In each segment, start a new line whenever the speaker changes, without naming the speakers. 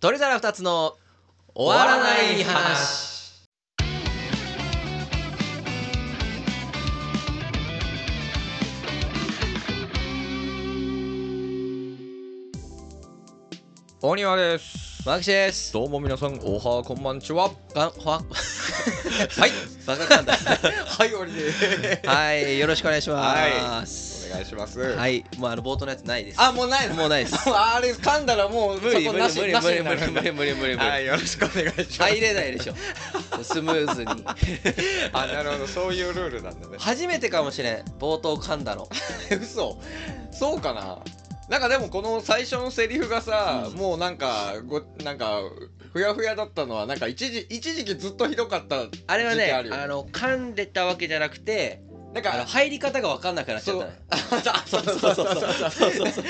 鳥皿二つの終わらない話。
お庭です
マキシです。
どうも皆さんおはこんばんちは
がんほわ
はい
バカかんだ。
はいおりで
はい、よろしくお願いします。
お願いします
はいい、もうあの冒頭のやつないです。
あもうないの
もうないです。
あれ噛んだらもう
無理無
そこ
理
なし
無理
なし
無理
にな
無
る
理無理無理無理無
は
理。
いよろしくお願いします
入れないでしょ。スムーズに。
あなるほどそういうルールなん だね
初めてかもしれん。冒頭噛んだの。
嘘そうかななんかでもこの最初のセリフがさ、
うん
もうなんかごなんかふやふやだったのはなんか一時一時期ずっとひどかった時期
あれはね、
るよ
あの噛んでたわけじゃなくて、
なん
あの
か
入り方が分かんなくなっちゃっ
そう
たね。
あそうそうそうそうそう
そう そうそう。
なんか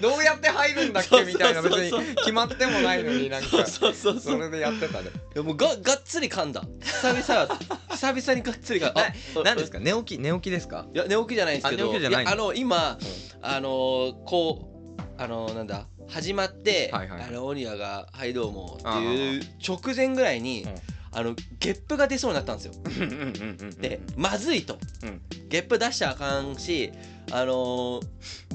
どうやって入るんだっけみたいな
そう
別
そうそう
に決まってもないのになん
そう
か
そうそうそ。
そうれでやってたね
いやもうががっつり噛んだ。久々久々にがっつり噛んだ。あ
何ですか寝起き寝起きですか
いや寝起きじゃないんですけど
あ寝起きじゃないの
やあの今、あのーこうあのーなんだ始まって「
はいはい
あのオニアが「はいどうも」っていう直前ぐらいに、
うん
あのゲップが出そうになったんですよ。で
で
まずいと、
うん
ゲップ出しちゃあかんし、あのー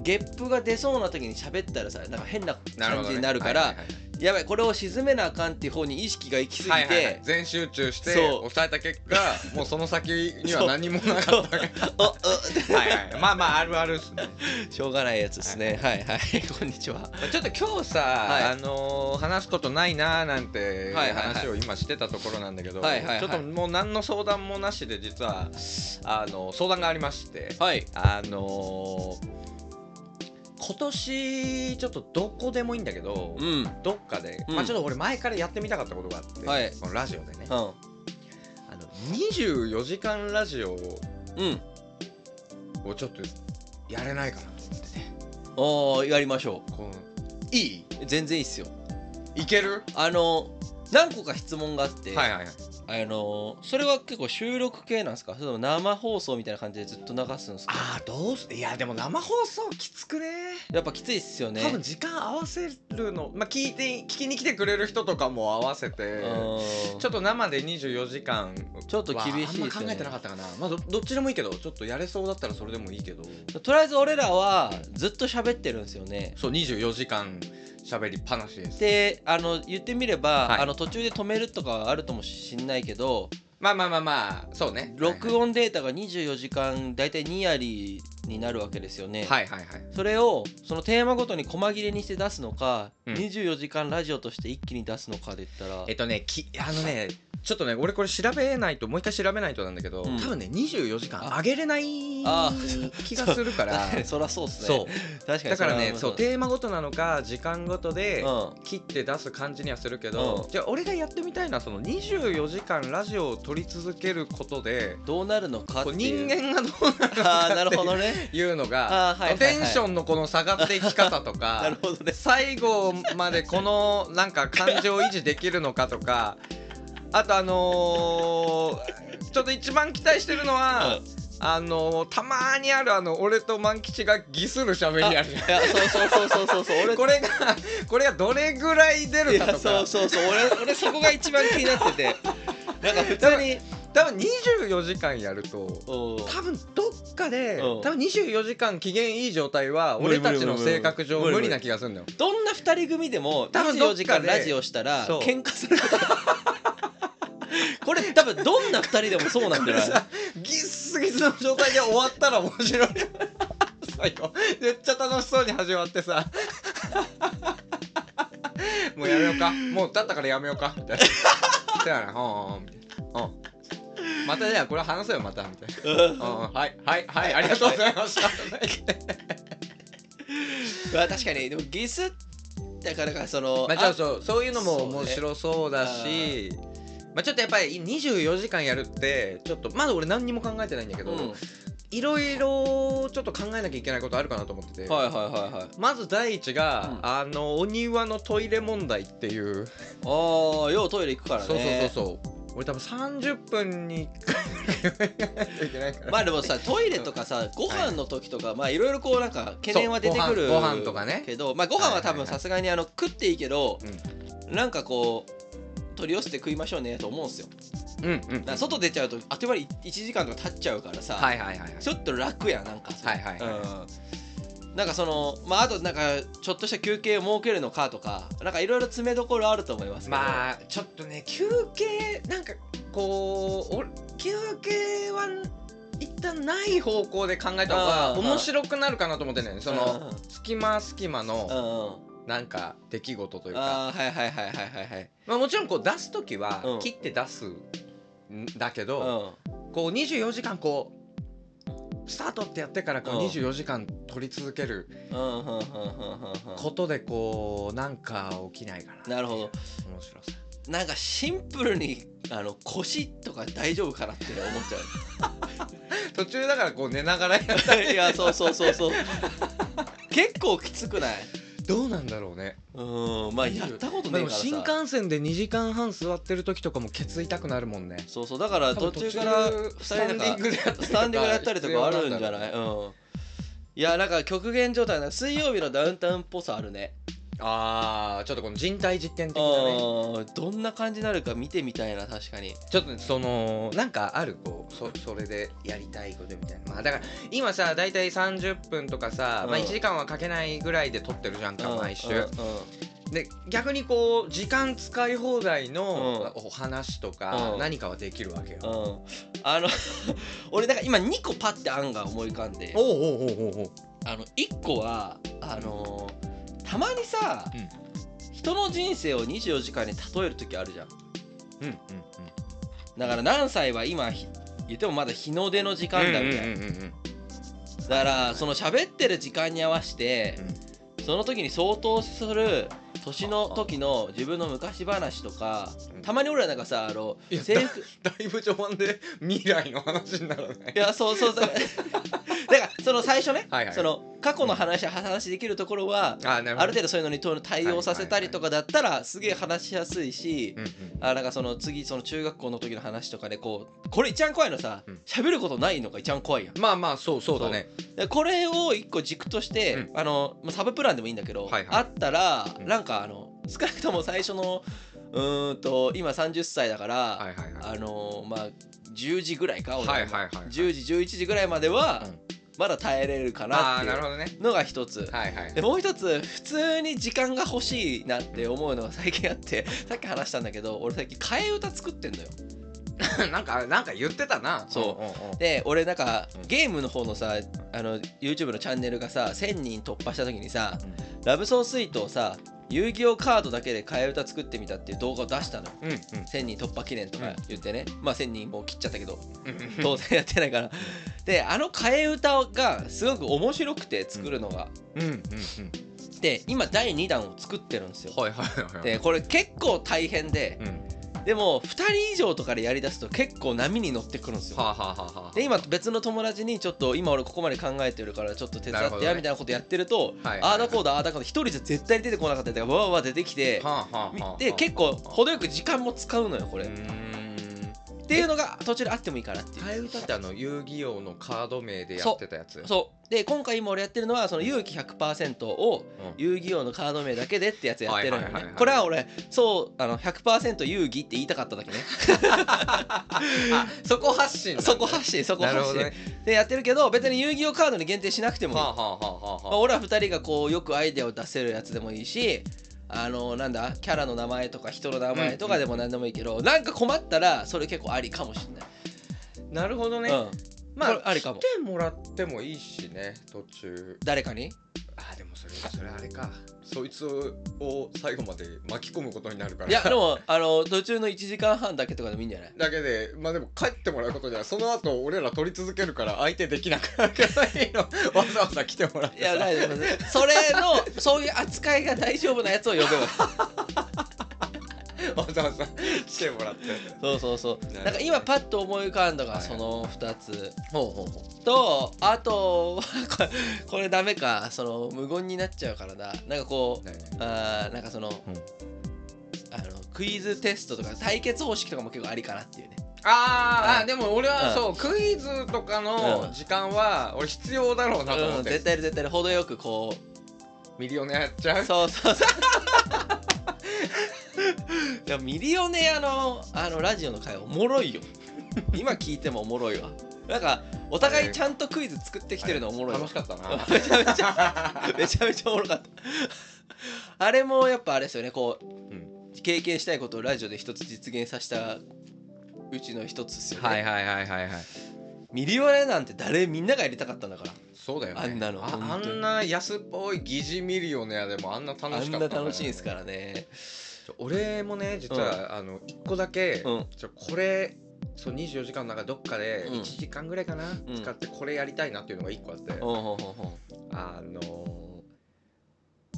ゲップが出そうな時に喋ったらさなんか変な感じになるからやばいこれを沈めなあかんっていう方に意識が行き過ぎて。
はいはいはい全集中して
そう
抑えた結 果もうその先には何もなかったね
おおって
はいはいまあまああるあるっすね
しょうがないやつですね。はいはい、 こんにちは。
ちょっと今日さ、
い
あのー話すことないなーなんて
はいはいはい
話を今してたところなんだけど、
はいはいはい
ちょっともう何の相談もなしで実はあの相談がありまして、
はい。
あのー今年ちょっとどこでもいいんだけど、
うん。
どっかで、
うん
まあ、ちょっと俺前からやってみたかったことがあって、
はい
このラジオでね、
うん。
あの24時間ラジオを
うん。
ちょっとやれないかなっつってね
おーやりましょ。
こういいう
全然いいっすよ。
いける
あの、何個か質問があって、
はいはいはい
あの、それは結構収録系なんですかそれとも生放送みたいな感じでずっと流すんですか
ああどうすいやでも生放送きつくね
やっぱきついっすよね。
多分時間合わせるのまあ聞いて聞きに来てくれる人とかも合わせて
うん
ちょっと生で24時間
ちょっと厳しいですよね
わああんま考えてなかったかな、まあ、どどっちでもいいけどちょっとやれそうだったらそれでもいいけど
とりあえず俺らはずっと喋ってるんですよね。
そう24時間喋りっぱなしです
であの言ってみれば、
はい
あの途中で止めるとかはあるともしんないけど
まあまあまあまあそうね
録音データが24時間大体ニアリーになるわけですよね。
はいはいはいはい
それをそのテーマごとに細切れにして出すのか、
うん
24時間ラジオとして一気に出すのかで言ったら
えっとねきあのねちょっとね俺これ調べないともう一回調べないとなんだけど、
うん
多分ね24時間上げれない
あ
気がするから
そらそうっすね
そう
確かに
だからね
そ
そ
ら
うテーマごとなのか時間ごとで、
うん
切って出す感じにはするけど、
うん
じゃあ俺がやってみたいのはその24時間ラジオを撮り続けることで
どうなるのかって
こう
いう
人間がどうなるの
あ
か
あな
っ
るほど
て
ね
いうの
あー
が
はいはいはい
テンションのこの下がっていき方とか
なるほどね
最後までこのなんか感情を維持できるのかとかあとあのーちょっと一番期待してるのは、あのーたまーにあるあの俺と万吉がギスる喋りあるじゃん
いやそうそうそうそうそうそう俺
これがこれがどれぐらい出
い
る
や
かとか
そうそうそう俺俺そこが一番気になってて なんか普通に
多分24時間やると
おー
多分どっかで
うん
多分24時間機嫌いい状態は
無理
俺たちの性格上
無理無理無理
無理な気がするんだよ
どんな二人組でも
多分
24
どっかで
時間ラジオしたら
そう
喧嘩する これ多分どんな二人でもそうなん
こ
だよ
れ さギッスギスの状態で終わったら面白い最後めっちゃ楽しそうに始まってさもうやめようかもうだったからやめようかみたいなそうやなうんうんみたいなうんまたじゃあこれ話せよまたみたいな
うん
うんうんはいはいはいありがとうございました
うわ確かにでもゲスだからかその、
まあ、ちょっ
あ
とそういうのも面白そうだし、まあ、ちょっとやっぱり24時間やるってちょっとまだ俺何にも考えてないんだけ
う
ど
ん、はい
いろいろちょっと考えなきゃいけないことあるかなと思ってて、
はいはいはい
まず第一が、
うん
あのお庭のトイレ問題っていう、
ああようトイレ行くからね
そうそうそうそう俺多分30分に1回ぐらいやらないといけないから。
まあでもさトイレとかさご飯の時とか、まあいろいろこうなんか懸念は出てくる
そうご飯ご飯とかね
けどまあご飯は多分
はいはいはい
さすがにあの食っていいけど、
うん
なんかこう取り寄せて食いましょうねと思うんですよ
うんうん
だから外出ちゃうとあっという間に1時間とか経っちゃうからさ、
はいはいはいはい
ちょっと楽やんなんかそれ
はいはいは
うん、なんかそのまああとなんかちょっとした休憩を設けるのかとかなんかいろいろ詰めどころあると思いますけど
まあちょっとね休憩なんかこうお休憩は一旦ない方向で考えた方が
うんうん
面白くなるかなと思ってんだよねその
うん
隙間隙間
うん
の
うん
なんか出来事というか、
あーはいはいはいはいはいはい
まあ、もちろんこう出す時は
うん
切って出すんだけ
う
ど、こう24時間こうスタートってやってからこう
うん
24時間撮り続ける
んうんうんうんうんうんう
ことでこうなんか起きないかなっていう
なるほど
面白さ
んなんかシンプルにあの腰とか大丈夫かなって思っちゃう
途中だからこう寝ながらや る
いやそうそうそうそう結構きつくない
どうなんだろうね
うんまあやったことないからさ
でも新幹線で2時間半座ってる時とかもケツ痛くなるもんね
そうそうだから途中から
多分
2
途
人なん
中
かス
ス
タ
タ
ン
ン
デ
デ
ィ
ィ
ン
ン
グ
グ
で
で
やっ
やったた
りと
りと
か
か
あ
あ
る
る
ん
ん
じ
じ
ゃ
ゃ
な
ないい
うんいやなんか極限状態な水曜日のダウンタウンっぽさあるね
あーちょっとこの人体実験的なね
うんどんな感じになるか見てみたいな確かに
ちょっとそのなんかあるこうそそれでやりたいことみたいなまあだから今さ大体30分とかさ、
うん
まあ、1時間はかけないぐらいで撮ってるじゃんか毎週、で逆にこう時間使い放題のお話とか、
うん
何かはできるわけよ、
うんうんうんあの 俺なんか今2個パッて案が思い浮かんで
おうおうおうおうおう
あの1個はあのーたまにさ、
うん
人の人生を24時間に例える時あるじゃん
うんうんうん
だから何歳は今ひ言ってもまだ日の出の時間だみたいな、
うんうんうんうん
だからその喋ってる時間に合わせて、その時に相当する年の時の自分の昔話とか
うん
たまに俺らなんかさあの
いや
制服
だいぶ序盤で 未来の話にならない
いやそうそうだから だからその最初ね、
はいはい
その過去の話話できるところは、
あなるほど
ある程度そういうのにと対応させたりとかだったらすげえ話しやすいし、
うんうん
あなんかその次その中学校の時の話とかでこうこれ一番怖いのさ
うん
喋、ることないのが一番怖いやん
まあまあそうそうだね
でこれを一個軸として、
う
あのまあサブプランでもいいんだけど、
はいはい
あったら、
うん
なんかあの少なくとも最初のうーんと今30歳だから、
はいはいはい
あのまあ10時ぐらいか俺
はいはいはいはい
10時11時ぐらいまでは、
うん
まだ耐えれるかなって
あー
い
なるほ
う
どね
のが一つ。
はいはい
でもう一つ普通に時間が欲しいなって思うのが最近あって さっき話したんだけど俺最近替え歌作ってんのよ
なんかなんか言ってたな
そ
うんうんうん
で俺なんか
うん
ゲームの方のさあの YouTube のチャンネルがさ1000人突破した時にさ
うん
「ラブソースイート」をさ遊戯王カードだけで替え歌作ってみたっていう動画を出したのよ
うんうん
1000人突破記念とか言ってね、まあ1000人もう切っちゃったけど
うん
当然やってないからであの替え歌がすごく面白くて作るのが、
うんうんうん
で今第2弾を作ってるんですよ
はいはいはいはい
でこれ結構大変で
うん
でも2人以上とかでやりだすと結構波に乗ってくるんですよ
はあはあはあはあ
で今別の友達にちょっと今俺ここまで考えてるからちょっと手伝
なる
っ
ほ
て
ど
や
ね
みたいなことやってると、
はい
ああだこうだああだこうだ一人じゃ絶対に出てこなかったやつがわーわー出てきて、
はあはあはあ
で結構程よく時間も使うのよこ
う
れ、っ
ーん
ていうのが途中であってもいいかなっていう
替え歌ってあの遊戯王のカード名でやってたやつ
そうで今回今俺やってるのはその勇気100%を
うん
遊戯王のカード名だけでってやつやってるのよ
はいはいはい
ね
はい
これは俺そうあの100%遊戯って言いたかっただけね
あそこ発信なんだ
そこ発信そこ
なる
発
ほ
信、
どね
でやってるけど別に遊戯王カードに限定しなくてもいい
はあはあはあはあ
まあ、俺ら2人がこうよくアイデアを出せるやつでもいいしあのなんだキャラの名前とか人の名前とかでも何でもいいけど、なんか困ったらそれ結構ありかもしれ
なるほどね、
ない、うん、
ま
これ
あ
ありかも
来てもらってもいいしね途中
誰かに
あーでもそれそれあれかそいつを最後まで巻き込むことになるから
いやでもあの途中の1時間半だけとかでもいいんじゃない
だけでまあでも帰ってもらうことじゃその後俺ら取り続けるから相手できなくなるからいい のわざわざ来てもらって
い
さ
や大丈夫ですそれのそういう扱いが大丈夫なやつを呼べば
わざわざ来てもらって
そうそうそう
なるほどね
なんか今パッと思い浮かんだが
はいはい
その2つ
ほうほうほ
とあとはこれこれダメかその無言になっちゃうからななんかこうあーなんかその,、
うん
あのクイズテストとか対決方式とかも結構ありかなっていうね
あー
う
あ
ん
でも俺は
う
そうクイズとか
うん
の時間は俺必要だろうなと思
う
っ
ん、
て
絶対絶対程よくこ
ミリオネやっちゃ
う
う
そうそうそういやミリオネアのあのラジオの会おもろいよ今聞いてもおもろいわなんかお互いちゃんとクイズ作ってきてるのおもろいわ
楽しか ったな
めちゃめちゃ めちゃめちゃおもろかったあれもやっぱあれですよねこう、
ん
経験したいことをラジオで一つ実現させたうちの一つですよね、
はいはいはいはいはい
ミリオネアなんて誰みんながやりたかったんだから
そうだよね
あんなの
ああ
本当に
んな安っぽい疑似ミリオネアでもあんな楽しかった
あんな
ね
楽しいんですからね
俺もね実は、あの一個だけ、
うん
ちょこれそう24時間の中どっかで
うん
1時間ぐらいかな、
ん
使ってこれやりたいなっていうのが一個あって、
ほう ほうほうほう
あのー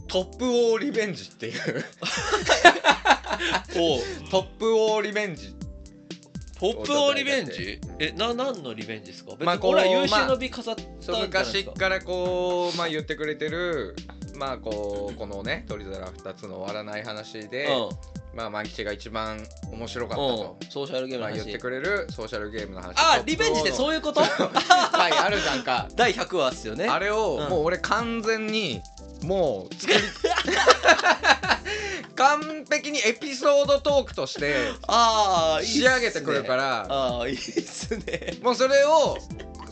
トップウォーリベンジっていうトップウォーリベンジ
ポップ王リベンジえな何のリベンジですか別に俺
まあ
は
こう
優秀の美飾ったんじゃ
そう
ないです
昔
か
からこう、まあ、言ってくれてるまあこうこのね「取り皿2つの終わらない話で」まあ万吉が一番面白かった
うん、
と
う、ん、ソーシャルゲーム
ま
の
あ、言っ
話
てくれるソーシャルゲームの話
あリベンジってそう
いう
いうこと
回あるじゃんか
第100話っすよね
あれを、
うん
もう俺完全にもう作 り完璧にエピソードトークとして
あーいいっす
仕
ね
上げてくるから
ああいいっすね
もうそれを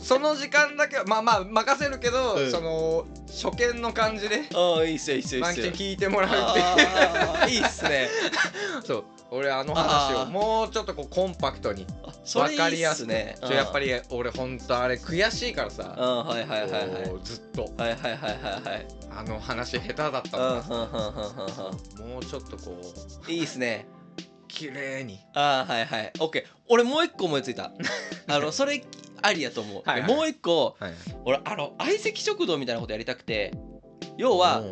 その時間だけはまあまあ任せるけど、
うん
その初見の感じで
ああいいっすよいいっすよいい
満
っす
喫
よ
聞いてもらうっていう
あーいいっす ね
そう俺あの話
あ
を
ー
もうちょっとこうコンパクトに
あそれい
分か
い
り
っ
やす
す
く
ね
ちょやっぱ
り
り俺ほんとあれ悔しいから
うん
さ
はいはいはいはい
こうずっと
はいはいはいはいはい
あの話下手だった
う
の
ん
が
うんうんうんうんう
もうちょっとこうん
いいっすね
綺麗に
ああはいはいオッケー俺もう一個思いつい たあのそれありやと思う
はいはい
もう一個
はい
俺あの相席食堂みたいなことやりたくて要は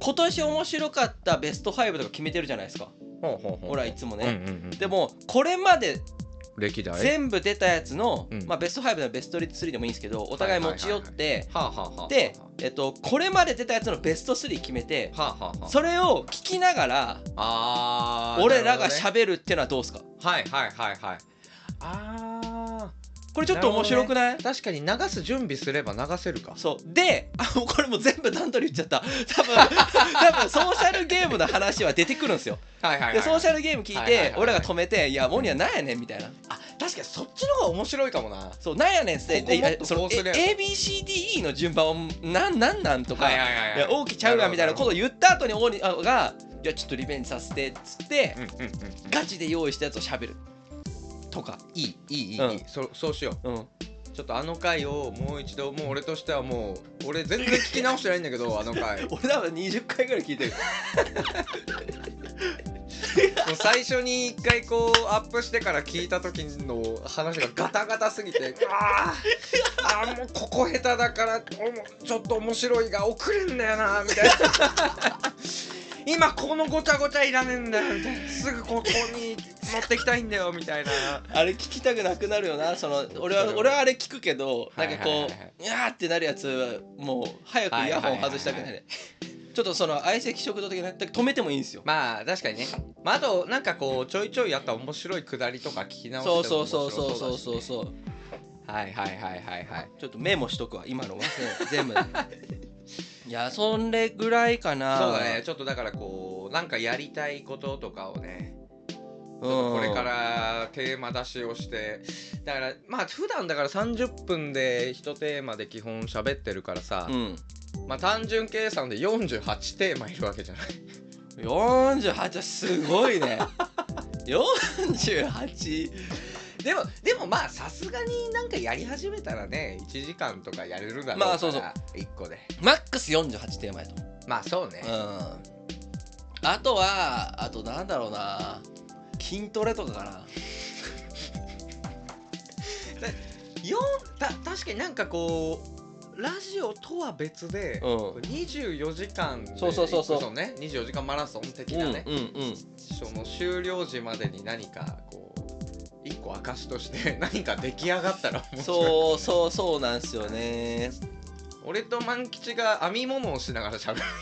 今年面白かったベスト5とか決めてるじゃないですか
ほうほうほう
俺はいつもね、
うんうんうん
でもこれまで
歴代
全部出たやつの、
うん
まあ、ベスト5のベスト3でもいいんですけどお互い持ち寄って、
はあはあはあ
で、えっと、これまで出たやつのベスト3決めて
はあはあはあ
それを聞きながら
あー
俺らが
なるほどね
喋るってのはどうですか
はいはいはいはいあ
これちょっと面白くない
ー確かに流す準備すれば流せるか
そうであもうこれもう全部段取り言っちゃった多分 多分ソーシャルゲームの話は出てくるんですよ
はいはい
でソーシャ
ル
ルゲーム聞い
はいはいはい
て
はい
俺らが止めて「いやモニアなんやねん」みたいな
あ確かにそっちの方が面白いかもな
そうなんやねんっつって
ここもっと
でその
こうすりゃ
ABCDE の順番をなんなんなんとか、
はいはいはい
いや
はい
大きちゃうわみたいなことを
と
言った後に王にあが「じゃあちょっとリベンジさせて」っつって
うんうんうんうん
ガチで用意したやつをしゃべるとか
いいいいいいいい、
うん
そそうしよう
うん
ちょっとあの回をもう一度もう俺としてはもう俺全然聞き直してないんだけどあの回も
俺多分20回ぐらい聞いてる
う最初に一回こうアップしてから聞いた時の話がガタガタす ぎてあーあーもうここ下手だからおもちょっと面白いが遅れんだよなみたいな今このごちゃごちゃいらねえんだよみたいなすぐここに持ってきたいんだよみたいな
あれ聞きたくなくなるよなその俺
それ
は
は
俺はあれ聞くけどなんか
はい
こ
はいはいは
う「いや」ってなるやつはもう早くイヤホン外したくな
はいはいはい
いちょっとその相席食堂的な止めてもいいんですよ
まあ確かにね、まあ、あとなんかこうちょいちょいやった面白いくだりとか聞き直しても
そう
面
そ
白
うそうそうそう
だし
そうそう
はいはいはいはいはい
ちょっとメモしとくわ今 の忘れない全部いやそんれぐらいかな
そうだねちょっとだからこうなんかやりたいこととかをねちょっとこれからテーマ出しをしてだからまあ普段だから30分で1テーマで基本喋ってるからさ
う、ん
まあ単純計算で48テーマいるわけじゃない
48すごいね48
でもでもまあさすがになんかやり始めたらね1時間とかやれるだろうから、
まあそうそう
1個で
マックス48テーマやと思う
まあそうね、
うんあとはあとなんだろうな筋トレとかかな
よんた確かになんかこうラジオとは別で、
うん
24時間で
そうそうそうそう
いくぞね24時間マラソン的
うんう
なんね、
うん
その終了時までに何かこう一個証として 何か出来上がったら面白い
そうそうそうなんすよね
俺と万吉が編み物をしながらしゃべる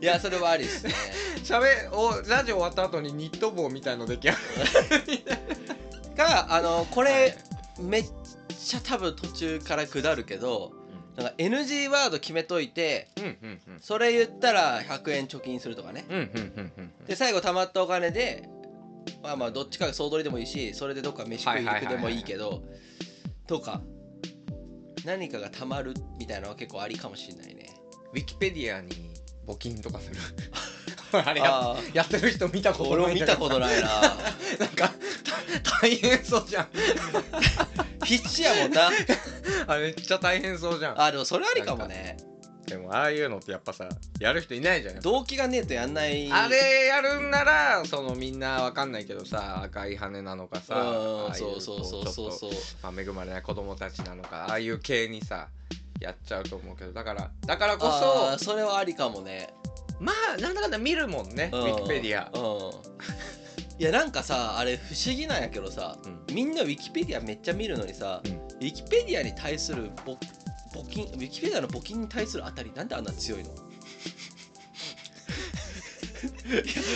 いやそれはありです ね
しゃべおラジオ終わった後にニット帽みたいの出来上がる
があのこ
こ
れ、めっちゃ多分途中から下るけどなんか NG ワード決めといて
うんうんうん
それ言ったら100円貯金するとかね
うんうんうんうん
で最後貯まったお金でまあまあどっちかが総取りでもいいしそれでどっか飯食いに行くでもいいけどとか何かが貯まるみたいなのは結構ありかもしれないね
ウィキペディアに募金とかする あれや
あー
やってる人見たこと
俺
な
も
い
見たこと
い
ないな
なんかた大変そうじゃん
必死やも んな
あめっちゃ大変そうじゃん
あでもそれありかもね
でもああいうのってやっぱさやる人いないじゃん
動機がねえとやんない
あれやるんならそのみんなわかんないけどさ赤い羽なのかさあ
うん
あい
そうそうそうそう
こちょっと
そう
まあ、恵まれない子供たちなのかああいう系にさやっちゃうと思うけどだからだからこ
あー
そ
それはありかもね
まあなんだかんだ見るもんねウィキペディア
うんいやなんかさあれ不思議なんやけどさ
うん
みんなウィキペディアめっちゃ見るのにさ、
うん
ウィキペディアに対するぼ募金ウィキペディアの募金に対するあたりなんであんな強いの い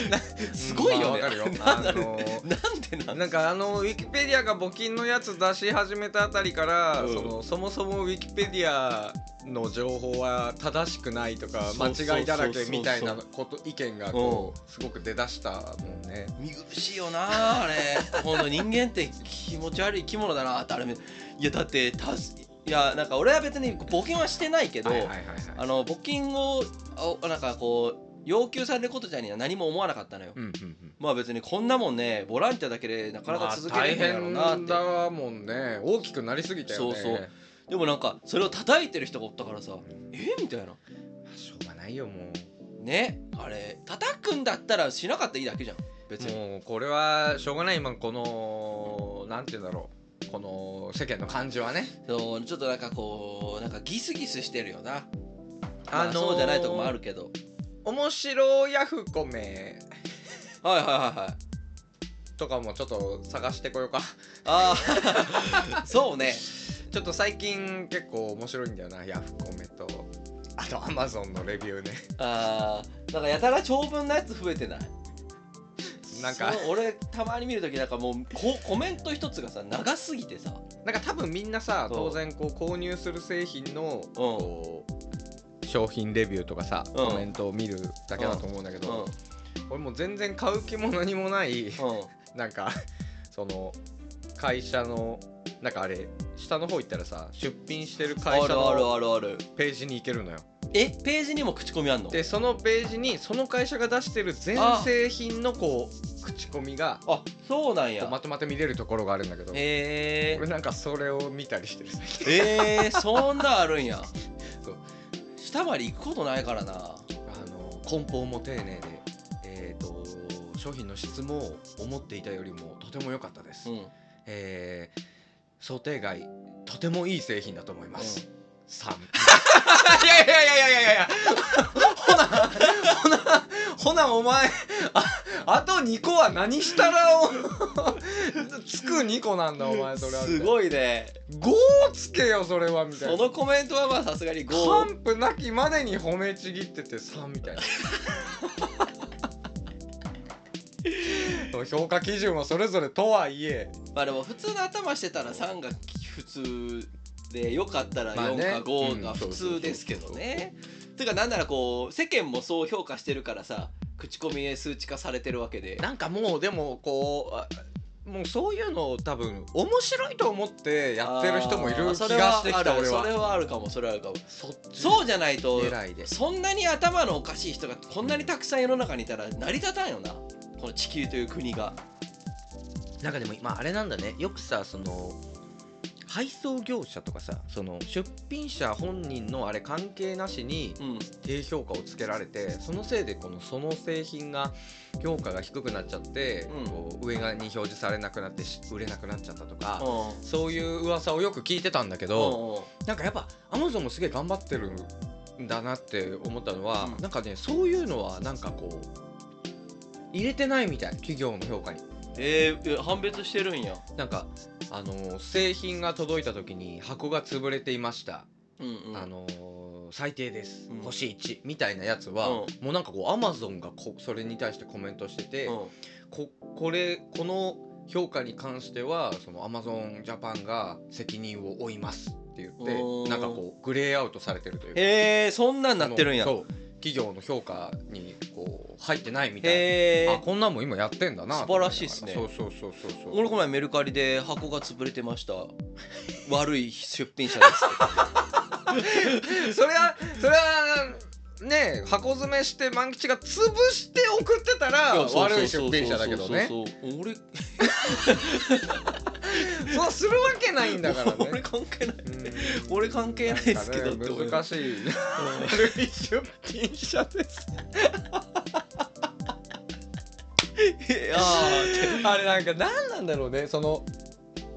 やなすごいよね、
まあわかるよ
なんだろう
あのー
なんでなん
なんかあのウィキペディアが募金のやつ出し始めたあたりから、
うん
そのそもそもウィキペディアの情報は正しくないとか
そうそうそうそう
間違いだらけみたいなこと意見がこうすごく出だしたもんね。
見苦しいよなあれほんと人間って気持ち悪い生き物だなってあれめいやだってたすいやなんか俺は別に募金はしてないけど、
はいはいはいはい
あの募金をあなんかこう要求されることじゃには何も思わなかったのよ、
うんうんうん
まあ別にこんなもんねボランティアだけでなかな
ま
か
あ
続けれるんだろうなって、
大変だもんね大きくなりすぎたよね
そうそうでもなんかそれを叩いてる人がおったからさえみたいな
しょうがないよも
ねあれ叩くんだったらしなかったらいいだけじゃん別
う
に
もうこれはしょうがない今このなんて言うんだろうこの世間の感じはね
そうちょっとなんかこうなんかギスギスしてるよな、まあ
あのー
そうじゃないとこもあるけど
面白ヤフコメ
はいはいはいはい
とかもちょっと探してこようか
ああ そうね
ちょっと最近結構面白いんだよなヤフコメとあとアマゾンのレビューね
あーなんかやたら長文なやつ増えてない
なんか
そう俺たまに見るときなんかもうこコメント一つがさ長すぎてさ
なんか多分みんなさ
そう
当然こう購入する製品のこう商品レビューとかさ
うん
コメントを見るだけだと思うんだけ
うんうん
ど俺もう全然買う気も何もない なんかその会社のなんかあれ下の方行ったらさ出品してる会
あ
社
るある
の
あるある
ページに行けるのよ
えページにも口コミあんの
でそのページにその会社が出してる全製品のこう口コミが
あそうなん
こ
や
うまとまって見れるところがあるんだけど
へ
俺なんかそれを見たりしてる最近
ええー、そんなんあるんや
そう
下まで行くことないからな
あの梱包も丁寧でえっ、と商品の質も思っていたよりもとても良かったです、
うん
えー想定外とてもいい製品だと思 います、3いやいやいやいやいやいやほなほなほなお前ああと2個は何したらお つく2個なんだお前それは
すごいね
5つけよそれはみたい
そ
な
のコメントはまあさすがに5
完膚なきまでに褒めちぎってて3みた いなその評価基準はそれぞれとはいえ
まあでも普通の頭してたら3が普通でよかったら
まあね
4か5
う
が
ん
普通ですけどね。ていうかなんならこう世間もそう評価してるからさ口コミへ数値化されてるわけで。
なんかもうでもこうあもうそういうのを多分面白いと思ってやってる人もいる
あー
気がしてきた俺
それ
は
はあるそれはあるかもそれはあるかも。
そっち
そうじゃないと
狙いで
そんなに頭のおかしい人がこんなにたくさん世の中にいたら成り立たんよなこの地球という国が。
なんかでも今あれなんだねよくさその配送業者とかさその出品者本人のあれ関係なしに
うん、
低評価をつけられてそのせいでこのその製品が評価が低くなっちゃって、
うん
こう上側に表示されなくなってし売れなくなっちゃったとか、そういう噂をよく聞いてたんだけ
うん
ど、
うん
なんかやっぱアマゾンもすげえ頑張ってるんだなって思ったのは、
うん
なんかねそういうのはなんかこう入れてないみたい企業の評価に。
えーえ判別してるんや。
なんかあの製品が届いた時に箱が潰れていました、
うんうん、
あの最低です、
うん
星1みたいなやつは、
うん
もうなんかこうアマゾンがこそれに対してコメントしてて、
うん
ここれこの評価に関してはそのアマゾンジャパンが責任を負いますって言っ
お
て
ー
なんかこうグレーアウトされてるというか
へえそんなんなってるんや
そのそう企業の評価にこう入ってないみたい
へ
な
え
あこんなんも今やってんだな
素晴らしいっすね
と思ながらそうそうそうそうそう
俺この前メルカリで箱が潰れて ました悪い出品者です
それはそれはね箱詰めして万吉が潰して送ってたら悪い出品者だけどね
そうそうそうそう俺
そうするわけないんだからね
俺関係ない
うん
俺関係ないですけどって
な
思
んかね
い
難
ます
しい悪い出品者です
いや ーって
あれなんか何なんだろうねその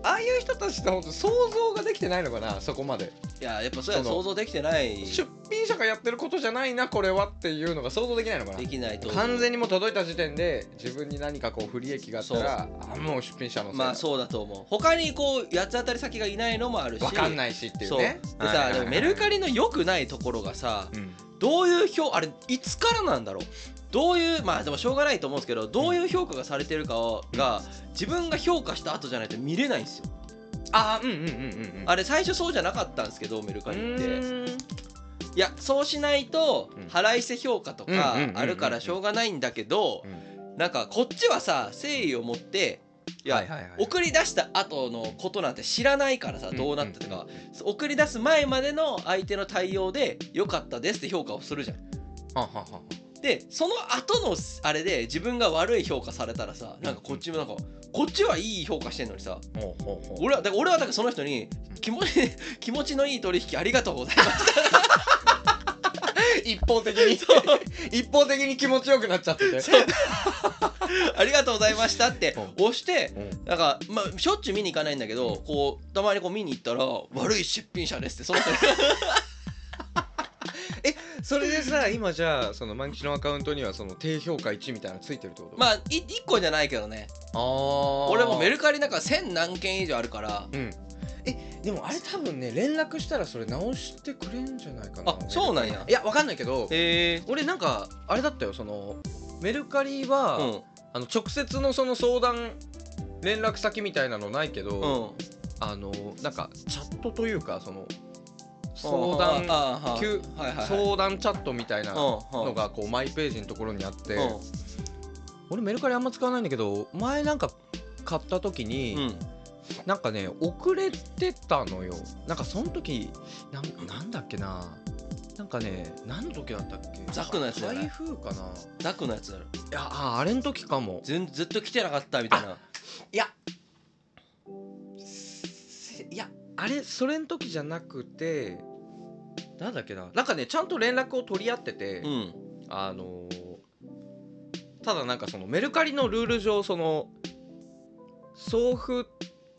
ああいう人たちって本当想像ができてないのかなそこまで
いややっぱそれは
その
想像できてない
出品者がやってることじゃないなこれはっていうのが想像できないのか
で
な
きないと思う
完全にもう届いた時点で自分に何かこう不利益があったらあもう出品者のせいだ
まあそうだと思う他にこう八つ当たり先がいないのもあるし
わかん
い
ないしっていうね
そうでさでもメルカリの良くないところがさ
うん
どういう評あれいつからなんだろうどういうまあでもしょうがないと思うんですけどどういう評価がされてるかが自分が評価した後じゃないと見れないんですよ
あうんうんうんうんうん
あれ最初そうじゃなかったんですけどメルカ
う
リって
ーん
いやそうしないと
うん
払い捨て評価とかあるからしょうがないんだけどなんかこっちはさ誠意を持っていや、
はいはいはい
送り出した後のことなんて知らないからさどうなったとか、送り出す前までの相手の対応で良かったですって評価をするじゃん。
ははは
でその後のあれで自分が悪い評価されたらさなんかこっちもなんかこっちはいい評価してんのにさ
ほうほうほう
俺はだから俺はだからその人に気持ち 気持ちのいい取引ありがとうございます
一方的に 一方的に気持ちよくなっちゃってて
ありがとうございましたって押して
うん
なんか、まあ、しょっちゅう見に行かないんだけどこうたまにこう見に行ったら悪い出品者ですってその人に
それでさ今じゃあその万吉のアカウントにはその低評価1みたいなのついてるってこと
まあい一個じゃないけどね
あー
俺もメルカリなんか千何件以上あるから
うんえでもあれ多分ね連絡したらそれ直してくれんじゃないかな
あそうなんや
いやわかんないけど
へえ
俺なんかあれだったよそのメルカリは、
うん
あの直接のその相談連絡先みたいなのないけど、
うん
あのなんかチャットというかその相
相
談
談ああ
急
はいはいはい
相談チャットみたいなの
うんうん
がこうマイページのところにあって
うん
俺メルカリあんま使わないんだけど前なんか買った時に、
うん
なんかね遅れてたのよなんかその時なんなんだっけななんかね何の時だったっけ
ザクのやつじゃない
台風かない
ザクのやつだろ
やああれの時かも
ずんずっと来てなかったみたいない
やあれそれの時じゃなくてなんだっけななんかねちゃんと連絡を取り合ってて、
うん
あのーただなんかそのメルカリのルール上その送付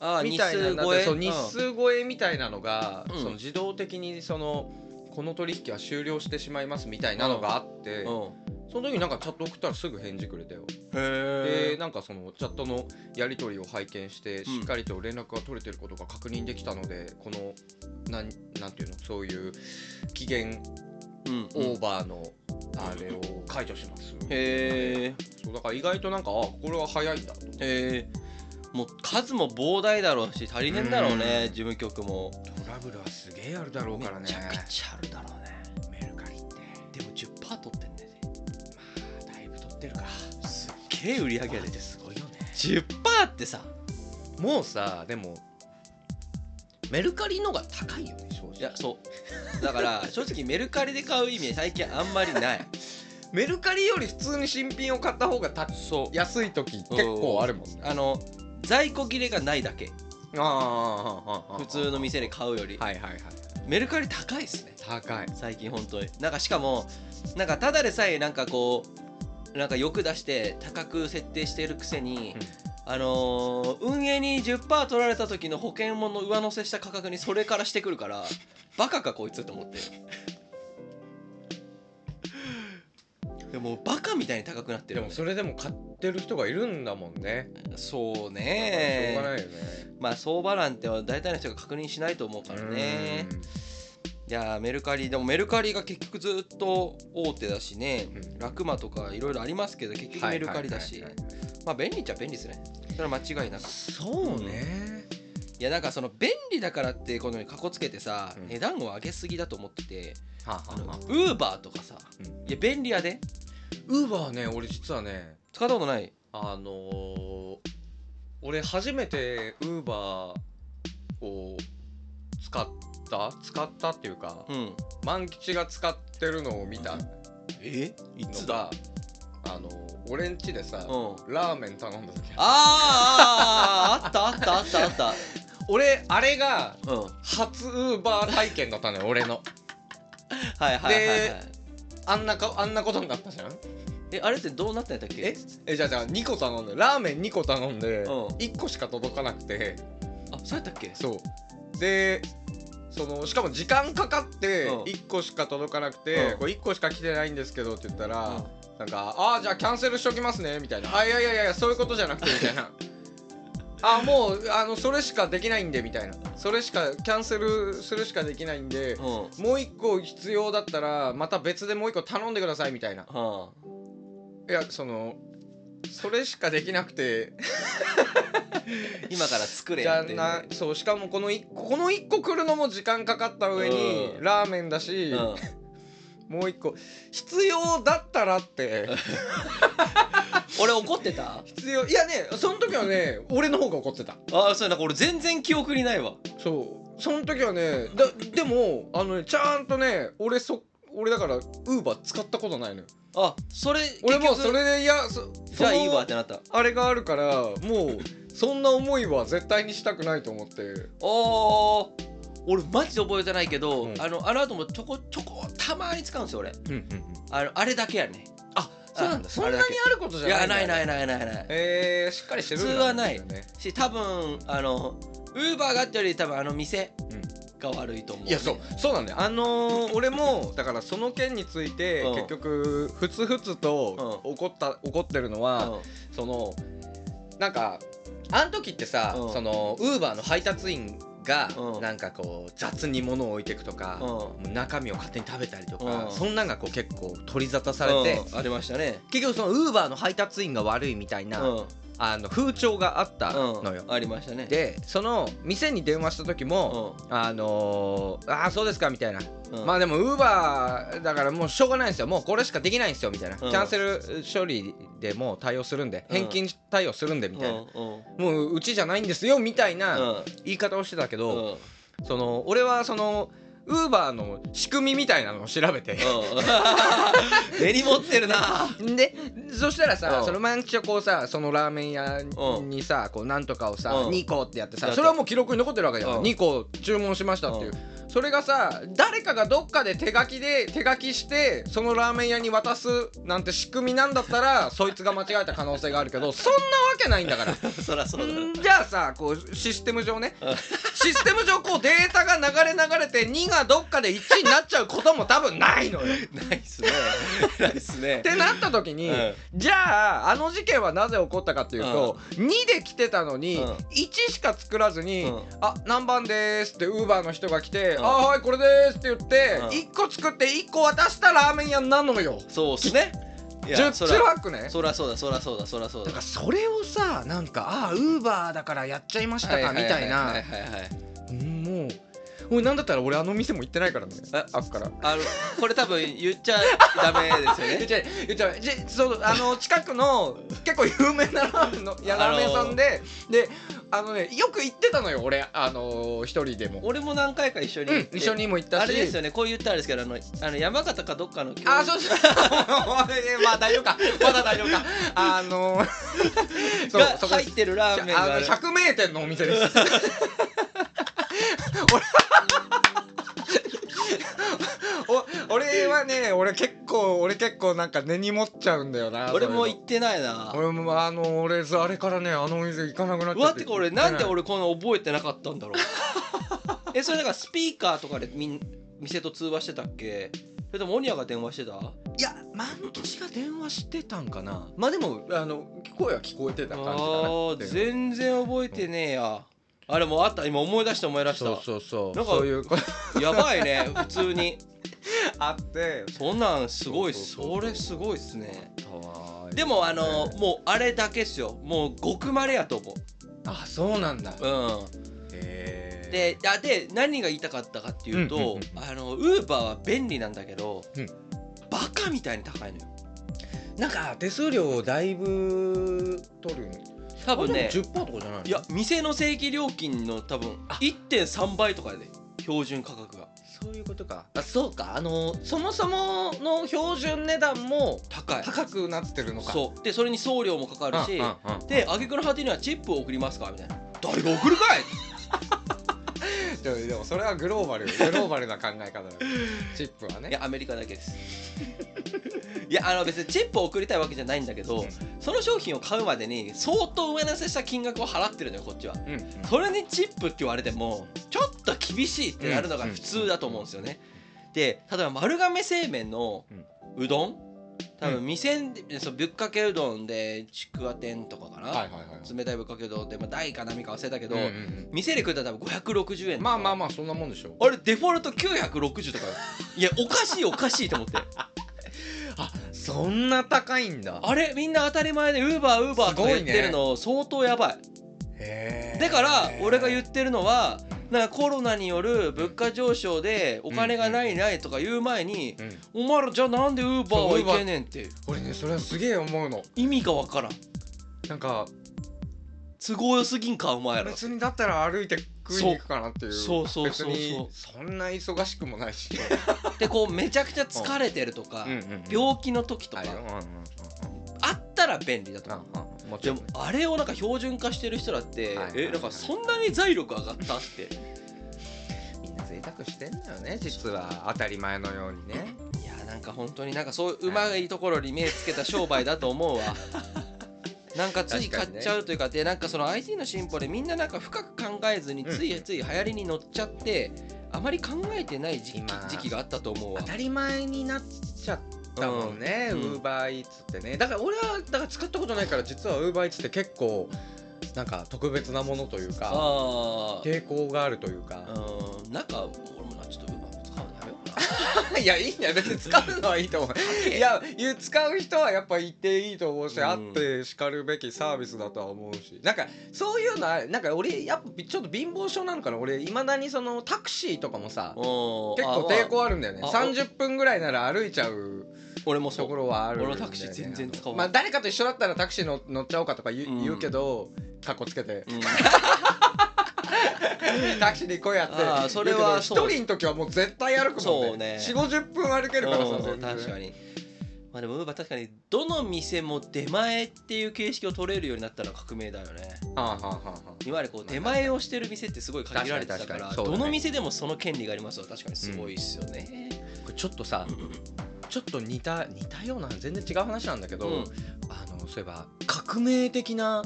ああ
み
日
たいな
数
ので
超え
そう日数超えみたいなのが、
うん
その自動的にそのこの取引は終了してしまいますみたいなのがあって、
うんうん
その時になんかチャット送ったらすぐ返事くれたよ、で
へえ
なんかそのチャットのやり取りを拝見してしっかりと連絡が取れてることが確認できたので、このなんなんていうのそういう期限
うん
オーバーのあれを解除します、
へえ
そうだから意外となんかあこれは早いんだと
へえもう数も膨大だろうし大変だろう
うん
ね事務局も
トラブルはすげえあるだろう
め
からね
ちゃくちゃあるだろうね
メルカリって
でも10%取ってんだよね
だいぶ取ってるか
すっげえ売り上げ
上
で
げてすごいよね
10%ってさ
もうさでもメルカリのが高いよね正直
いやそうだから正直メルカリで買う意味最近あんまり ない
メルカリより普通に新品を買った方がた
そう
安い時結構あるもんね
あの在庫切れがないだけ
ああ
普通の店で買うより、
はいはいはい
メルカリ高いっすね
高い
最近本当になんかしかもなんかただでさえなんかこうなんか欲出して高く設定してるくせに、あのー運営に10%取られた時の保険もの上乗せした価格にそれからしてくるからバカかこいつと思 ってでもバカみたいに高くなって
で
るよ
も
ね
それでも買ってる人がいるんだもんね
そう
しょうが
ね
ないよね
まあ相場なんては大体の人が確認しないと思うからねいやーメルカリでもメルカリが結局ずっと大手だしね
うん
ラクマとかいろいろありますけど結局メルカリだし
はいはいはいはい
まあ便利っちゃ便利ですねそれは間違いなく
そうね
いやなんかその便利だからってこのかこつけてさ、
うん
値段を上げすぎだと思ってて
はあ
あ
はあ
の
はあ
ウーバーとかさ、
うん
いや便利やで
ウーバーね俺実はね
使ったことない
あのー俺初めてウーバーを使った使ったっていうか
うん
万吉が使ってるのを見たの
えい
があの俺ん家でさ
うん
ラーメン頼んだ時
あーあーあーあったあったあったあった
俺あれが
うんは
初ウーバー体験だったのよ俺の
いはいはいはい
あんなかあんなことになったじゃん
えあれってどうなったんやったっけ
ええじゃあじゃあ2個頼んでラーメン2個頼んで
うん
1個しか届かなくて
あそうやったっけ
そうでそのしかも時間かかって
うん
1個しか届かなくて
うん
「これ1個しか来てないんですけど」って言ったら、
うん
なんか「ああじゃあキャンセルしときますね」みたいな「あいやいやいやいやそういうことじゃなくて」みたい な「あもうあのそれしかできないんで」みたいな「それしかキャンセルするしかできないんで」
うんうん
もう1個必要だったらまた別でもう1個頼んでくださいみたいな「いやそのそれしかできなくて
今から作れ
じ
や
ゃ
って
なそうしかもこの1個この1個来るのも時間かかった上に
うん
ラーメンだし、
うん
もう1個必要だったら って
俺怒ってた
必要いやねその時はね 俺の方が怒ってた
ああそうなんか俺全然記憶にないわ
そうその時はねだでもあのねちゃんとね俺そ俺だからウーバー使ったことないのよ
あそれ
俺もう
結
そ
局
れでいやそ
じゃあいいわっ
そ
てなった
のあれがあるからもうそんな思いは絶対にしたくないと思って
おー俺マジで覚えてないけど、
うん
あのあの後もちょこちょこたまに使うんですよ俺あのあれだけやね
あそうなんだ
あ
そんなに
あれだけ
あることじ
い
ゃな
や
いんだ
ないないいないないない
えー、しっかりしてるんだ
普通はない
よね
し多分あのウーバーがあったより多分あの店
うん
が悪いと思う、
いやそうそうなんだよあのー俺もだからその件について
うん
結局ふつふつと怒った怒ってるのは、
う
そのなんかあの時ってさ、
うん
そのウーバーの配達員が
うん
なんかこう雑に物を置いていくとか、
ん
もう中身を勝手に食べたりとか、
うん
そんなんがこう結構取り沙汰されて、
うんありましたね
結局そのウーバーの配達員が悪いみたいな、
うん
あの風潮があった
うん
のよ。
ありましたね
でその店に電話した時
う
も、
ん
あのーああそうですかみたいな、
うん
まあでもウーバーだからもうしょうがないんですよもうこれしかできないんですよみたいな、
うん
キャンセル処理でもう対応するんで
うん
返金対応するんでみたいな、
うんうん
もううちじゃないんですよみたいうなん言い方をしてたけ
う
ど、
んうん
その俺はそのウーバーの仕組みみたいなのを調べて
根に持ってるな
でそしたらさ、
うん
その毎日こうさそのラーメン屋にさ、こうなんとかをさ、
うん
2個ってやって
や
さ
った
それはもう記録に残ってるわけじゃん、
うん
2個注文しましたっていう、
う
それがさ誰かがどっかで手書きで手書きしてそのラーメン屋に渡すなんて仕組みなんだったらそいつが間違えた可能性があるけ どそんなわけないんだから。
そりゃそうだな
じゃあさこうシステム上ね
うん
システム上こうデータが流れ流れて2がどっかで1になっちゃうことも多分ないのよ。
ないっ すねないっすね
ってなった時に、
うん
じゃああの事件はなぜ起こったかっていうと、2で来てたのに、
うん
1しか作らずに「
うん
あ何番です」ってウーバーの人が来て「
うん
あはいこれです」って言って、
うん
1個作って1個渡したラーメン屋になるのよ。
そうっすねいや
10
そ
チ
ら
ラックね。
そらそうだそらそうだそらそう
だ
だ
からそれをさなんか「ああウーバーだからやっちゃいましたか」みたい
は
な
ははいはいはい
うんもう。おいなんだったら俺あの店も行ってないからね
え
あっから
あのこれ多分言っちゃダメですよ
言っ
ね
ちゃえ言っちゃえじそのあの近くの結構有名なラーメンのいや
あ
ラ
の
ー
ー
メン屋さんでであのねよく行ってたのよ俺あのー一人でも
俺も何回か一緒に
う
行っ
ん
て
一緒にも行ったし
あれですよねこう言ったらあれですけどあのあの山形かどっかの
あそう そうまあ大丈夫かまだ大丈夫かあ のーそう
が
そこ
入
で
ってるラーメンが
あ
あ
の
る
百名店のお店です。 俺 お俺はね俺結構俺結構なんか根に持っちゃうんだよな
俺も
そうい
行
う
ってないな
の俺もあの俺そうあれからねあのお店行かなくなっ
う
ちゃ
わっ
っ
ててか俺なんで俺こんな覚えてなかったん だろうえそれだからスピーカーとかでみん店と通話してたっけそれともオニアが電話してた
いや万年が電話してたんかなまあでもあの声は聞こえてた
あ
感じかな
ー全然覚えてねえやあれもうあった今思い出した思い出した
そうそうそう
なんか
そう いうこと
やばいね普通に
あって
そんなんすごいっす
そうそうそう
そ
そう
れすごいっすねで
で
もあのもうあれだけっすよもう極まれやと思う
あそうなんだ
うん、であで何が言いたかったかっていう
うんうん
と
うん
あのウーバーは便利なんだけど、
うん
バカみたいに高いのよ
なんか手数料だいぶ取るん
多分ね
あでも10%とかじゃないの
いや店の正規料金の多分
あ
1.3倍とかで標準価格が
そういうことかあそうかあのそもそもの標準値段も
高い
高くなってるのか
そうでそれに送料もかかるしで挙句の果てにはチップを送りますかみたいな誰が送るかい
ででもそれはグローバル グローバルな考え方だよチップはいね
やアメリカだけですいやあの別にチップを送りたいわけじゃないんだけどその商品を買うまでに相当上乗せした金額を払ってるのよこっちは
うんうん
それにチップって言われてもちょっと厳しいってなるのが普通だと思うんですよねで例えば丸亀製麺のうどん多分店で、そうぶっかけうどんでちくわ天とかかな、
はいはいはい
冷たいぶっかけうどんって、まあ、大か何か忘れたけど、
うんうん
店で食ったら多分560円
う
と
ん
か
まあまあまあそんなもんでしょ
あれデフォルト960とかよいやおかしいおかしいと思って
あそんな高いんだ
あれみんな当たり前でウーバーウーバーとか言ってるの相当やばい
へえ
だから俺が言ってるのは
う
なんかコロナによる物価上昇でお金がないないとか言う前に
んうん
「お前らじゃあなんでウーバーはいけねん」って
俺ねそれはすげえ思うの
意味がわからん
なんか
都合よすぎんかお前ら
別にだったら歩いて食いに行くかなっていう
そうそうそうそう
別にそんな忙しくもない し
でこうめちゃくちゃ疲れてるとか病気の時とか
はいうんうんうん
あったら便利だと思う
うんもち
で
ろん
もあれをなんか標準化してる人らって
はい
えなんかそんなに財力上がったって
みんな贅沢してんだよね実は当たり前のようにね
いやなんか本当になんかそううまいところに目つけた商売だと思う わなんかつい買っちゃうというかでなんかその IT の進歩でみんななんか深く考えずに
うん
ついつい流行りに乗っちゃってあまり考えてない時期
今
時期があったと思うわ
当たり前になっちゃったもんねウ
うん
ーバーイーツってねだから俺はだから使ったことないから実はウーバーイーツって結構なんか特別なものというか
あー
抵抗があるというか
うんなんか俺もなちょっとうまく使うのやめようかな
いやいいんだよ別に使うのはいいと思ういやいう使う人はやっぱいていいと思うし、
うん
あってしかるべきサービスだとは思うしなんかそういうのはなんか俺やっぱちょっと貧乏症なのかな俺いまだにそのタクシーとかもさ
結構
結構抵抗あるんだよね
あ
30分ぐらいなら歩いちゃう
俺もそ
とこ
う
ろはあるんだよね
俺もタクシー全然使わな
ま
い
あ誰かと一緒だったらタクシーの乗っちゃおうかとか言う,、
うん
言うけどかっこつけて
うん
タクシーで行こう やって
あーそれは
言うけ
そ
ど
う
一人の時はもう絶対歩く
そ
も
うんね
ね4 5 0分歩けるからさ
うん
全然
確かにまあでもウーバー確かにどの店も出前っていう形式を取れるようになったら革命だよね
はあはあはあはあ
今までこう出前をしてる店ってすごい限られてたから
確かに確かにそうだ
ど
ね
の店でもその権利がありますよ確かにすごいっすよね、
これちょっとさちょっと似た似たような全然違う話なんだけど、
うん
あのそういえば革命的な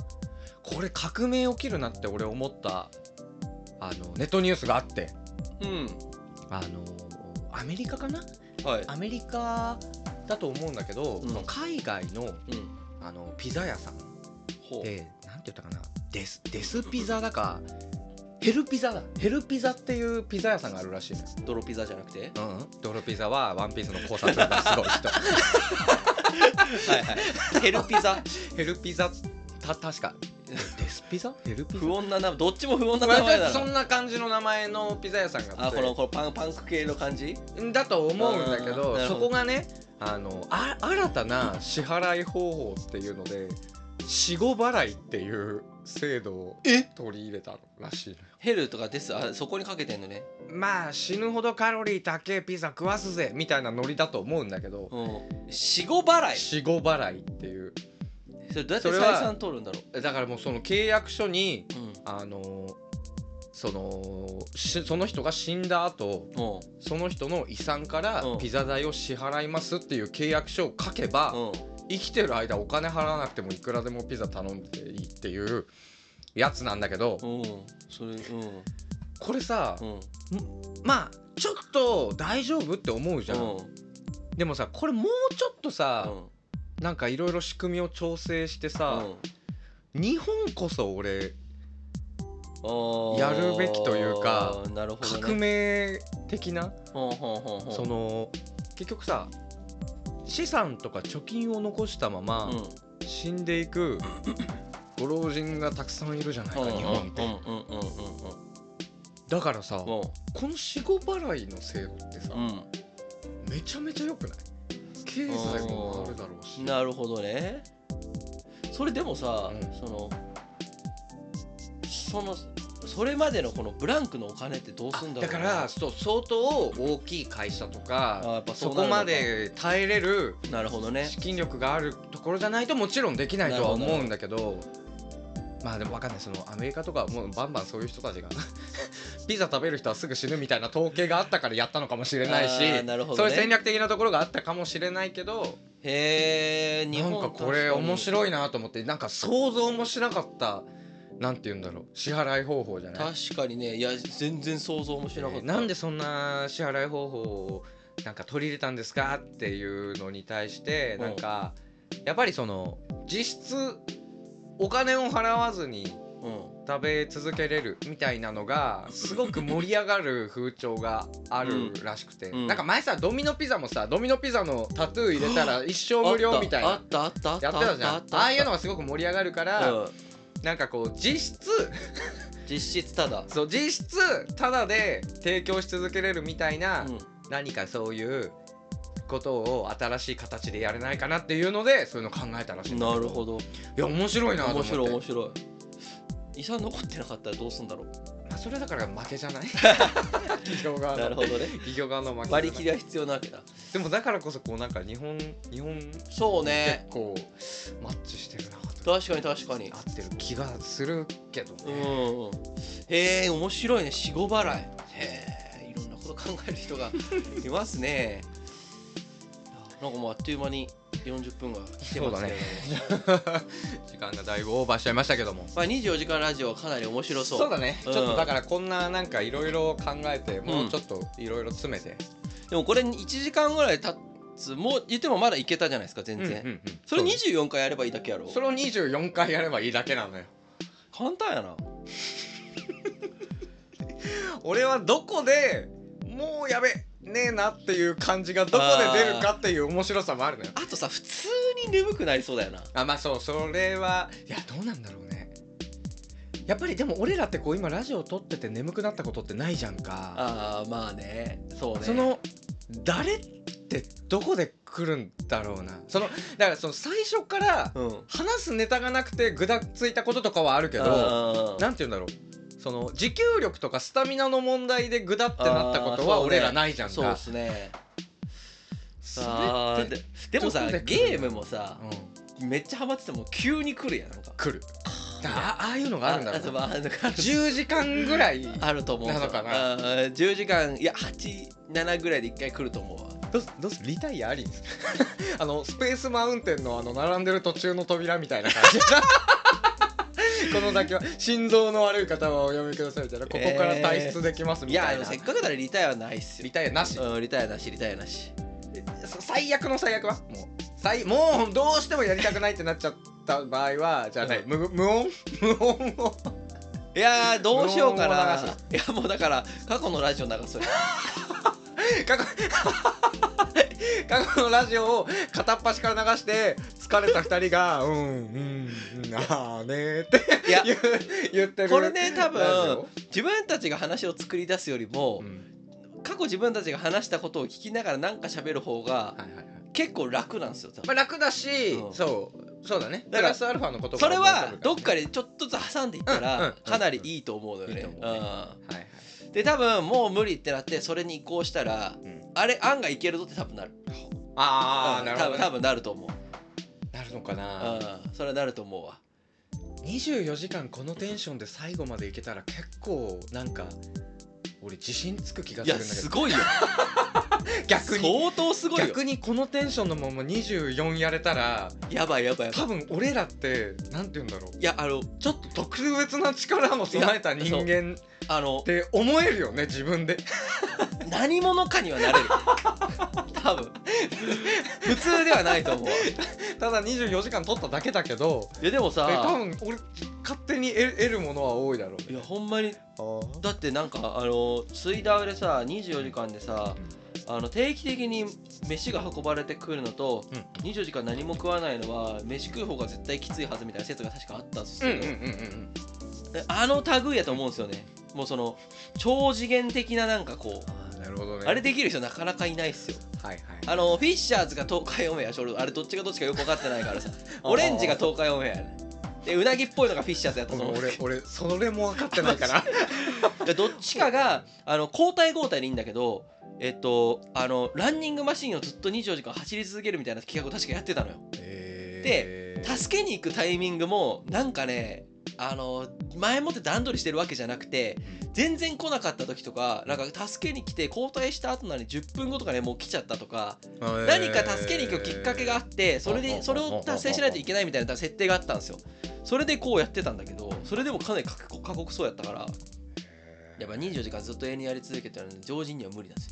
これ革命起きるなって俺思ったあのネットニュースがあって
うん、
あのアメリカかな
はい、
アメリカだと思うんだけど、
うん
その海外の
うん、
あのピザ屋さん
ほう
でなんて言ったかなデスデスピザだかヘルピザだヘルピザっていうピザ屋さんがあるらしいのよ。
泥ピザじゃなくて
うんうん、ドロピザはワンピースの考察がすごい人
はいはい ヘルピザ
ヘルピザた確かデスピザヘルピザ
不穏な名前どっちも不穏な名前
まあ
だ
そ
なん
な感じの名前のピザ屋さんがあ
あ
っ
この
て
このパンパンク系の感じ
だと思うんだけど
あーなるほ
そ
ど
こがねあのあ新たな支払い方法っていうので死後払いっていう制度を取り入れたらしい
ヘルとかですあそこにかけてんのね、
まあ死ぬほどカロリー高えピザ食わすぜみたいなノリだと思うんだけど
うん、死後払い
死後払いっていう
それどうやって
それ
採
は
算取るんだろ
だからもうその契約書に
う
あのそのしその人が死んだ後
うんも
その人の遺産から
うん
ピザ代を支払いますっていう契約書を書け
う
ば
ん
生きてる間お金払わなくてもいくらでもピザ頼んでいいっていうやつなんだけど
うんうんそれうん
これさ
うん
まあちょっと大丈夫って思うじゃ
うん
んでもさこれもうちょっとさ
うん
なんかいろいろ仕組みを調整してさ
うん
日本こそ俺
あー
やるべきというか
なるほど、ね、
革命的な
ほうほうほうほう
その結局さ資産とか貯金を残したまま、
うん
死んでいくご老人がたくさんいるじゃないか日本って
うんうんうんうんうん
だからさこ
も
の死後払いの制度ってさ、
う、うん
めちゃめちゃ良くない経済もあるだろうし
なるほどねそれでもさ、
うん
そのそのそれまでのこのブランクのお金ってどうすんだろ
だ
う
か
な
らそう相当大きい会社と
あ
か
やっぱ
そう
な
こ
るのか
まで耐えれる
なるほどね
資金力があるところじゃないともちろんできないとは思うんだけどまあでも分かんないそのアメリカとかはもうバンバンそういう人たちが ピザ食べる人はすぐ死ぬみたいな統計があったからやったのかもしれないし
あーなるほどね
そういう戦略的なところがあったかもしれないけど
へえ日
な
本
んかこれ面
い
白いなと思ってなんか想像もしなかったなんて言うんだろう支払い方法じゃない
確かにねいや全然想像もしなかった、
えーなんでそんな支払い方法をなんか取り入れたんですかっていうのに対して
うん
なんかやっぱりその実質お金を払わずに
うん
食べ続けれるみたいなのがすごく盛り上がる風潮があるらしくて、
うんうん
なんか前さドミノピザもさドミノピザのタトゥー入れたら一生無料みたい
あ
な
ったあったあった
やってたじゃん
あったあ
あ
った
あいうのがすごく盛り上がるから、
うん
なんかこう実質
実質ただ、
そう実質タダで提供し続けれるみたいな、
うん
何かそういうことを新しい形でやれないかなっていうのでそういうの考えたらしいんだ
な
け
るほど
いや面白いなと
面
思って
白い面白い遺産残ってなかったらどうすんだろう
まあ、それだから負けじゃない 企業側
なる
の
ほど ね
企業側の負けじゃない
割り切りは必要なわけだ
でもだからこそこうなんか日本日本結
そうね
構マッチしてるなと
確かに確かに
合ってる気がするけど
う
ね、
んうんへえ面白いね死後払いへえいろんなこと考える 人がいますねなんかもうあっという間に40分が来てますけれども、
時間がだいぶオーバーしちゃいましたけども
まあ、24時間ラジオかなり面白そう
だね、
うん
ちょっとだからこんななんかいろいろ考えてもううんちょっといろいろ詰めて、
でもこれ1時間ぐらい経つもう言ってもまだいけたじゃないですか全然、
うんうんうん
それ24回やればいいだけやろ
それを24回やればいいだけなのよ
簡単やな
俺はどこでもうやべねえなっていう感じがどこで出るかっていう面白さもあるのよ
あとさ普通に眠くなりそうだよな
あまあそうそれはいやどうなんだろうねやっぱりでも俺らってこう今ラジオ撮ってて眠くなったことってないじゃんか
ああまあねそうね
その誰ってどこで来るんだろうなそのだからその最初から
うん
話すネタがなくてぐだついたこととかはあるけど
あー
なんて言うんだろうその持久力とかスタミナの問題でグダってなったことは
あーそうね
俺らないじゃんか
そうっすね
それ
さあ
って
ででもさ
どこで来るの
ゲームもさ
う、ん、
めっちゃハマってても急に来るやんなんか
来るだからあああいうのがあるんだろうな
あああるある
10時間ぐらい
あると思う
なのかな
あー10時間いや87ぐらいで1回来ると思うわ
どうすどうすリタイアあり あのスペースマウンテンのあの並んでる途中の扉みたいな感じ この先は心臓の悪い方はお読みくださいみたいなここから退出できます
い
み
や
た
あ
い
の
な、
せっかくならリタイアはないっすよ
リタイアなし
うんリタイアなしリタイアなし
そ最悪の最悪はもう最もうどうしてもやりたくないってなっちゃった場合はじゃあね、
う
無無音無音を
いやーどうしようかな
無音を
いやもうだから過去のラジオ流そう よ
過去 過去のラジオを片っ端から流して疲れた2人が「うんうんうんああねー」って
いや
言う言ってる
これね多分
ラジオ
自分たちが話を作り出すよりも、
うん
過去自分たちが話したことを聞きながらなんか喋る方が
はいはいはい
結構楽なんですよ多分
まあ、楽だし、
うん
そうそうだね
だから
プラスアルファのこと
それはどっ
は
かでちょっとずつ挟んでいった
うんうんう
ら
ん
かなりいいと思うのよ
いい
ね
と思うね
う
いはい、
んで多分もう無理ってなってそれに移行したら
うん、
あれ案外いけるぞって多分なる
ああ、
うん
なる
多
ほど、
分
ね、
多分なると思う
なるのかな、
うんそれはなると思うわ
24時間このテンションで最後までいけたら結構なんか俺自信つく気が
い
する
や
んだ
す
け
ごいよ
ど逆に
相当すごいよ
逆にこのテンションのまま24やれたら
やばいやばいやばい
多分俺らってなんて言うんだろう
いやあの
ちょっと特別な力を備えた人間っ
あの
て思えるよね自分で
何者かにはなれる多分普通ではないと思う
ただ24時間取っただけだけど
いやでも
え多
さ
分俺勝手に得得るものは多いだろう
い
ね
やほんまに
あー
だってなんかあのツイダーでさ24時間でさあの定期的に飯が運ばれてくるのと
うん
24時間何も食わないのは飯食う方が絶対きついはずみたいな説が確かあったんです
うん
け
うん
ど
うんうんうん
あの類やと思うんですよねもうその超次元的ななんかこう
あーなるほどね
あれできる人なかなかいないっすよ
はいはい
あのフィッシャーズが東海オンエア俺あれどっちがどっちかよく分かってないからさオレンジが東海オンエアねでうなぎっぽいのがフィッシャーズやったと思う
俺俺それも分かってないから
でどっちかがあの交代交代でいいんだけどえっとあのランニングマシンをずっと24時間走り続けるみたいな企画を確かやってたのよ
えー
助けに行くタイミングもなんかねあの前もって段取りしてるわけじゃなくて全然来なかった時とかなんか助けに来て交代した後なのに10分後とかねもう来ちゃったとか何か助けに行くきっかけがあってそれ
うんうんうんう
で
ん
それを達成しないといけないみたいな設定があったんですよそれでこうやってたんだけどそれでもかなり過酷過酷そうやったからやっぱ24時間ずっと永遠にやり続けてるので常人には無理なんです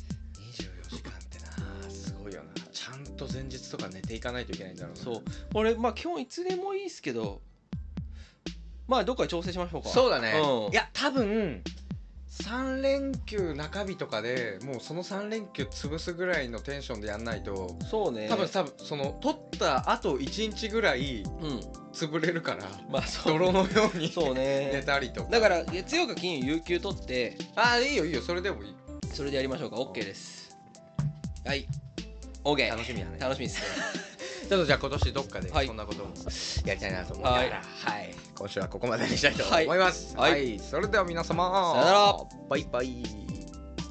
よ
24時間ってなすごいよなちゃんと前日とか寝ていかないといけないんだろうな
そう俺まあ基本いつでもいいですけどまあどっかで調整しましょうか
そうだね、
うん
いや多分3連休中日とかでもうその3連休潰すぐらいのテンションでやんないと
そうね
多分多分その取ったあと1日ぐらい
うん
潰れるから
まあそう
泥のように
そう
寝
ね
たりとか
だから月曜か金曜有給取って
ああいいよいいよそれでもいい
それでやりましょうか OK ですはい OK
楽しみやね
楽しみです
ちょっとじゃあ今年どっかで
はい
こんなこともやりたいなと思いながら、
はい
今週はここまでにしたいと思います。
はい
はいそれでは皆様
さよなら
バイバイ